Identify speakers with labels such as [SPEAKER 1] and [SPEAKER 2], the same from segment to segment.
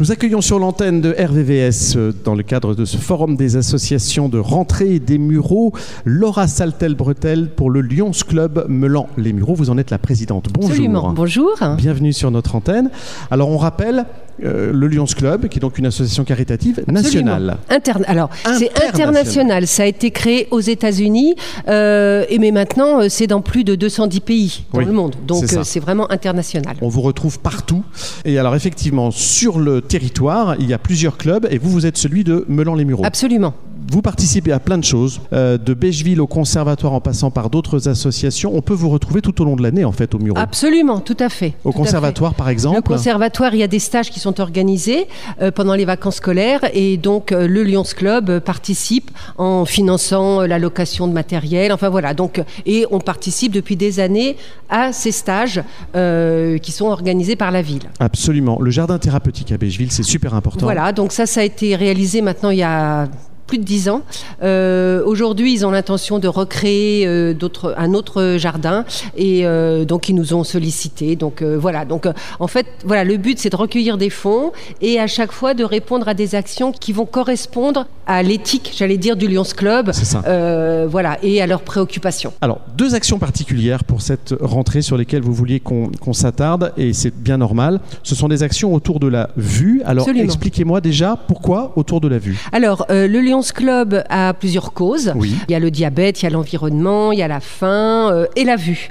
[SPEAKER 1] Nous accueillons sur l'antenne de RVVS, euh, dans le cadre de ce forum des associations de rentrée des Mureaux, Laura Saltel-Bretel pour le Lyons Club Melan-les Mureaux. Vous en êtes la présidente. Bonjour.
[SPEAKER 2] Absolument. Bonjour.
[SPEAKER 1] Bienvenue sur notre antenne. Alors, on rappelle euh, le Lyons Club, qui est donc une association caritative nationale.
[SPEAKER 2] Absolument. Interne- Alors, c'est
[SPEAKER 1] International.
[SPEAKER 2] international. Ça a été créé aux États-Unis, euh, et mais maintenant, euh, c'est dans plus de 210 pays dans
[SPEAKER 1] Oui,
[SPEAKER 2] le monde. Donc,
[SPEAKER 1] c'est ça.
[SPEAKER 2] euh, c'est vraiment international.
[SPEAKER 1] On vous retrouve partout. Et alors, effectivement, sur le territoire, il y a plusieurs clubs et vous, vous êtes celui de Melan-les-Mureaux.
[SPEAKER 2] Absolument.
[SPEAKER 1] Vous participez à plein de choses, euh, de Bégeville au conservatoire en passant par d'autres associations. On peut vous retrouver tout au long de l'année, en fait, au Mureaux.
[SPEAKER 2] Absolument, Ah, tout à fait.
[SPEAKER 1] au
[SPEAKER 2] tout à fait.
[SPEAKER 1] conservatoire, par exemple.
[SPEAKER 2] Le conservatoire, il y a des stages qui sont organisés euh, pendant les vacances scolaires et donc euh, le Lyons Club euh, participe en finançant euh, la location de matériel. Enfin voilà, donc euh, et on participe depuis des années à ces stages euh, qui sont organisés par la ville.
[SPEAKER 1] Absolument. Le jardin thérapeutique à Bégeville, c'est super important.
[SPEAKER 2] Voilà, donc ça, ça a été réalisé maintenant il y a plus de dix ans. Euh, Aujourd'hui, ils ont l'intention de recréer euh, d'autres- un autre jardin et euh, donc ils nous ont sollicité. Donc euh, voilà, donc euh, en fait, voilà, le but c'est de recueillir des fonds et à chaque fois de répondre à des actions qui vont correspondre à l'éthique, j'allais dire, du Lions Club.
[SPEAKER 1] C'est ça.
[SPEAKER 2] Euh, voilà, et à leurs préoccupations.
[SPEAKER 1] Alors, deux actions particulières pour cette rentrée sur lesquelles vous vouliez qu'on qu'on s'attarde, et c'est bien normal. Ce sont des actions autour de la vue. Alors,
[SPEAKER 2] Absolument.
[SPEAKER 1] expliquez-moi déjà pourquoi autour de la vue.
[SPEAKER 2] Alors, euh, le Lions Club a plusieurs causes.
[SPEAKER 1] Oui.
[SPEAKER 2] Il y a le diabète, il y a l'environnement, il y a la faim euh, et la vue.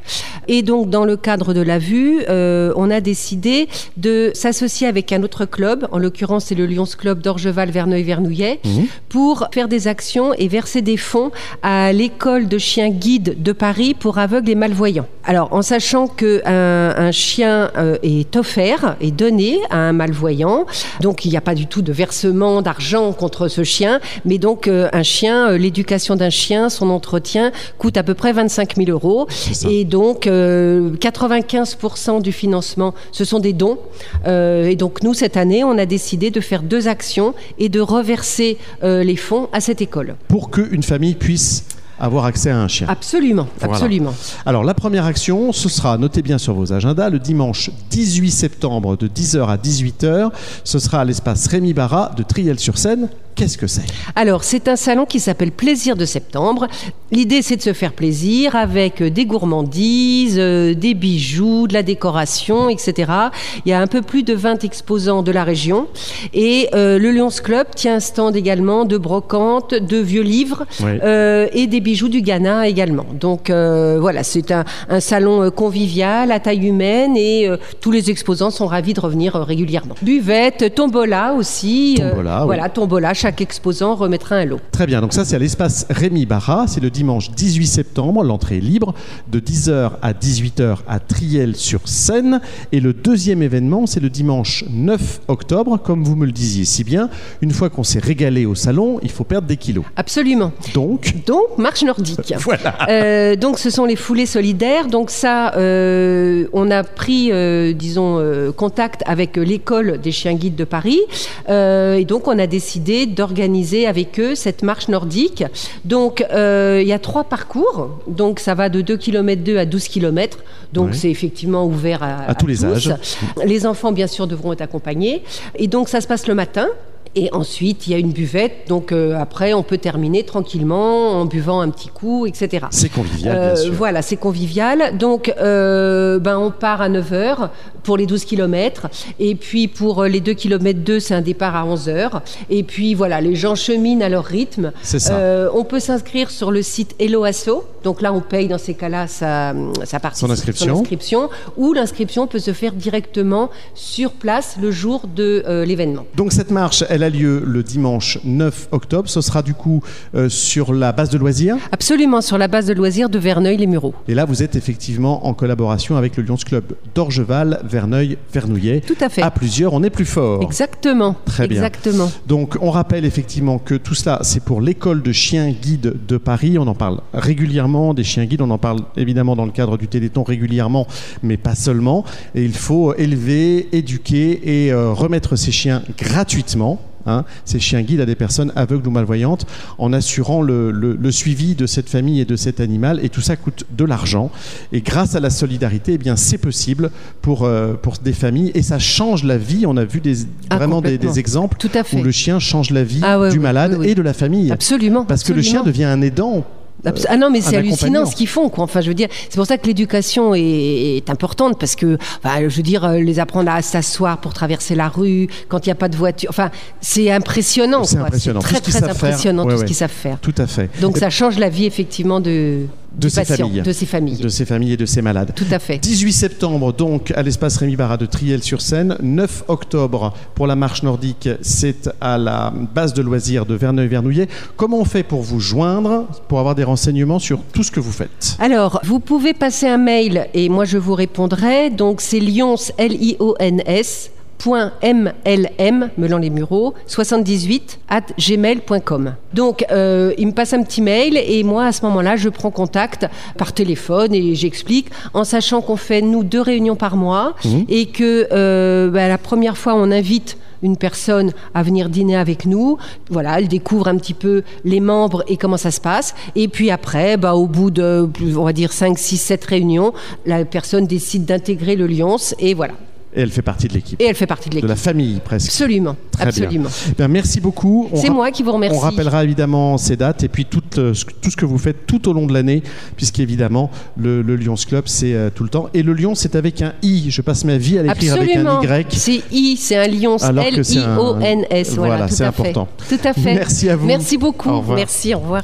[SPEAKER 2] Et donc, dans le cadre de la vue, euh, on a décidé de s'associer avec un autre club, en l'occurrence c'est le Lions Club d'Orgeval-Verneuil-Vernouillet,
[SPEAKER 1] Mmh.
[SPEAKER 2] pour faire des actions et verser des fonds à l'école de chiens guides de Paris pour aveugles et malvoyants. Alors, en sachant que un, un chien euh, est offert et donné à un malvoyant, donc il n'y a pas du tout de versement d'argent contre ce chien, mais donc euh, un chien, euh, l'éducation d'un chien, son entretien coûte à peu près 25 000 euros.
[SPEAKER 1] ça.
[SPEAKER 2] Et donc, euh, 95% du financement, ce sont des dons. Euh, et donc, nous, cette année, on a décidé de faire deux actions et de reverser euh, les fonds à cette école.
[SPEAKER 1] Pour qu'une famille puisse avoir accès à un chien.
[SPEAKER 2] Absolument,
[SPEAKER 1] Voilà.
[SPEAKER 2] absolument.
[SPEAKER 1] Alors la première action, ce sera, notez bien sur vos agendas, le dimanche 18 septembre de 10h à 18h, ce sera à l'espace Rémi Barra de Triel-sur-Seine. Qu'est-ce que c'est
[SPEAKER 2] Alors, c'est un salon qui s'appelle Plaisir de septembre. L'idée, c'est de se faire plaisir avec euh, des gourmandises, euh, des bijoux, de la décoration, etc. Il y a un peu plus de 20 exposants de la région. Et euh, le Lyons Club tient un stand également de brocantes, de vieux livres
[SPEAKER 1] Oui.
[SPEAKER 2] euh, et des bijoux du Ghana également. Donc, euh, voilà, c'est un, un salon euh, convivial, à taille humaine et euh, tous les exposants sont ravis de revenir euh, régulièrement. Buvette, tombola aussi. euh,
[SPEAKER 1] Tombola, oui.
[SPEAKER 2] voilà, à tombola, chaque exposant remettra un lot.
[SPEAKER 1] Très bien, donc ça c'est à l'espace Rémi Barra, c'est le dimanche 18 septembre, l'entrée est libre, de 10h à 18h à Triel-sur-Seine. Et le deuxième événement, c'est le dimanche 9 octobre, comme vous me le disiez si bien, une fois qu'on s'est régalé au salon, il faut perdre des kilos.
[SPEAKER 2] Absolument.
[SPEAKER 1] Donc,
[SPEAKER 2] Donc, marche nordique.
[SPEAKER 1] voilà.
[SPEAKER 2] Euh, donc, ce sont les foulées solidaires. Donc, ça, euh, on a pris, euh, disons, euh, contact avec l'école des chiens guides de Paris. Euh, et donc, on a décidé d'organiser avec eux cette marche nordique. Donc, euh, il y a trois parcours. Donc, ça va de 2 km 2 à 12 km. Donc,
[SPEAKER 1] Ouais.
[SPEAKER 2] c'est effectivement ouvert à,
[SPEAKER 1] À tous les âges.
[SPEAKER 2] Les enfants, bien sûr, devront être accompagnés. Et donc, ça se passe le matin. Et ensuite, il y a une buvette. Donc, euh, après, on peut terminer tranquillement en buvant un petit coup, etc.
[SPEAKER 1] c'est convivial, bien
[SPEAKER 2] Euh,
[SPEAKER 1] sûr.
[SPEAKER 2] voilà, c'est convivial. Donc, euh, ben, on part à 9h pour les 12 km. Et puis, pour euh, les 2 km 2, c'est un départ à 11h. Et puis, voilà, les gens cheminent à leur rythme.
[SPEAKER 1] C'est ça.
[SPEAKER 2] Euh, on peut s'inscrire sur le site Hello Asso. Donc là, on paye dans ces cas-là sa, sa partie.
[SPEAKER 1] Son inscription.
[SPEAKER 2] inscription. Ou l'inscription peut se faire directement sur place le jour de euh, l'événement.
[SPEAKER 1] Donc cette marche, elle a lieu le dimanche 9 octobre. Ce sera du coup euh, sur la base de loisirs.
[SPEAKER 2] Absolument, sur la base de loisirs de Verneuil-les-Mureaux.
[SPEAKER 1] Et là, vous êtes effectivement en collaboration avec le Lyons Club d'Orgeval, Verneuil, Vernouillet.
[SPEAKER 2] Tout à fait.
[SPEAKER 1] À plusieurs, on est plus fort.
[SPEAKER 2] Exactement.
[SPEAKER 1] Ah, Très bien.
[SPEAKER 2] Exactement.
[SPEAKER 1] Donc, on rappelle effectivement que tout cela, c'est pour l'école de chiens guides de Paris. On en parle régulièrement des chiens guides. On en parle évidemment dans le cadre du Téléthon régulièrement, mais pas seulement. Et il faut élever, éduquer et euh, remettre ces chiens gratuitement. hein, ces chiens guides à des personnes aveugles ou malvoyantes en assurant le, le, le suivi de cette famille et de cet animal. Et tout ça coûte de l'argent. Et grâce à la solidarité, eh bien, c'est possible pour, euh, pour des familles et ça change la vie. On a vu des,
[SPEAKER 2] Ah,
[SPEAKER 1] vraiment des,
[SPEAKER 2] complètement.
[SPEAKER 1] des exemples
[SPEAKER 2] Tout à fait.
[SPEAKER 1] où le chien change la vie
[SPEAKER 2] Ah ouais,
[SPEAKER 1] du
[SPEAKER 2] oui,
[SPEAKER 1] malade
[SPEAKER 2] oui, oui.
[SPEAKER 1] et de la famille.
[SPEAKER 2] Absolument.
[SPEAKER 1] Parce que le chien
[SPEAKER 2] absolument.
[SPEAKER 1] devient un aidant.
[SPEAKER 2] Abs- Ah non, mais c'est
[SPEAKER 1] Euh, un
[SPEAKER 2] hallucinant
[SPEAKER 1] accompagnant.
[SPEAKER 2] ce qu'ils font. Quoi. Enfin, je veux dire, c'est pour ça que l'éducation est, est importante parce que, enfin, je veux dire, euh, les apprendre à s'asseoir pour traverser la rue quand il n'y a pas de voiture. Enfin, c'est impressionnant.
[SPEAKER 1] C'est
[SPEAKER 2] quoi.
[SPEAKER 1] impressionnant. Tout
[SPEAKER 2] très
[SPEAKER 1] ce qu'ils
[SPEAKER 2] très
[SPEAKER 1] savent faire.
[SPEAKER 2] impressionnant
[SPEAKER 1] Ouais,
[SPEAKER 2] tout ce
[SPEAKER 1] ouais.
[SPEAKER 2] qu'ils savent faire.
[SPEAKER 1] Tout à fait.
[SPEAKER 2] Donc
[SPEAKER 1] Et
[SPEAKER 2] ça change la vie effectivement de,
[SPEAKER 1] de
[SPEAKER 2] du
[SPEAKER 1] ces
[SPEAKER 2] patient,
[SPEAKER 1] familles.
[SPEAKER 2] de ses familles.
[SPEAKER 1] De ces familles et de ces malades.
[SPEAKER 2] Tout à fait.
[SPEAKER 1] 18 septembre, donc, à l'espace Rémi Barra de Triel-sur-Seine. 9 octobre, pour la marche nordique, c'est à la base de loisirs de Verneuil-Vernouillet. Comment on fait pour vous joindre, pour avoir des renseignements sur tout ce que vous faites
[SPEAKER 2] Alors, vous pouvez passer un mail et moi je vous répondrai. Donc c'est lions L I O N S point MLM, Melan les Mureaux, 78 at gmail.com. Donc, euh, il me passe un petit mail et moi, à ce moment-là, je prends contact par téléphone et j'explique, en sachant qu'on fait, nous, deux réunions par mois
[SPEAKER 1] Mhm.
[SPEAKER 2] et que euh, bah, la première fois, on invite une personne à venir dîner avec nous. Voilà, elle découvre un petit peu les membres et comment ça se passe. Et puis après, bah, au bout de, plus- on va dire, 5, 6, 7 réunions, la personne décide d'intégrer le Lyons et voilà.
[SPEAKER 1] Et elle fait partie de l'équipe,
[SPEAKER 2] Et elle fait partie de
[SPEAKER 1] de
[SPEAKER 2] l'équipe.
[SPEAKER 1] la famille presque.
[SPEAKER 2] Absolument,
[SPEAKER 1] Très bien.
[SPEAKER 2] absolument.
[SPEAKER 1] Ben, merci beaucoup. On
[SPEAKER 2] C'est
[SPEAKER 1] rap-
[SPEAKER 2] moi qui vous remercie.
[SPEAKER 1] On rappellera évidemment ces dates et puis tout, euh, ce que- tout ce que vous faites tout au long de l'année, puisqu'évidemment, le, le Lyons Club, c'est euh, tout le temps. Et le Lion, c'est avec un I. Je passe ma vie à l'écrire avec
[SPEAKER 2] Absolument.
[SPEAKER 1] un Y.
[SPEAKER 2] C'est I, c'est un lion,
[SPEAKER 1] Alors que c'est un-
[SPEAKER 2] L-I-O-N-S. Voilà,
[SPEAKER 1] Voilà,
[SPEAKER 2] tout
[SPEAKER 1] c'est
[SPEAKER 2] à
[SPEAKER 1] important.
[SPEAKER 2] Fait. Tout à fait.
[SPEAKER 1] Merci à vous.
[SPEAKER 2] Merci beaucoup.
[SPEAKER 1] Au revoir.
[SPEAKER 2] Merci, au revoir.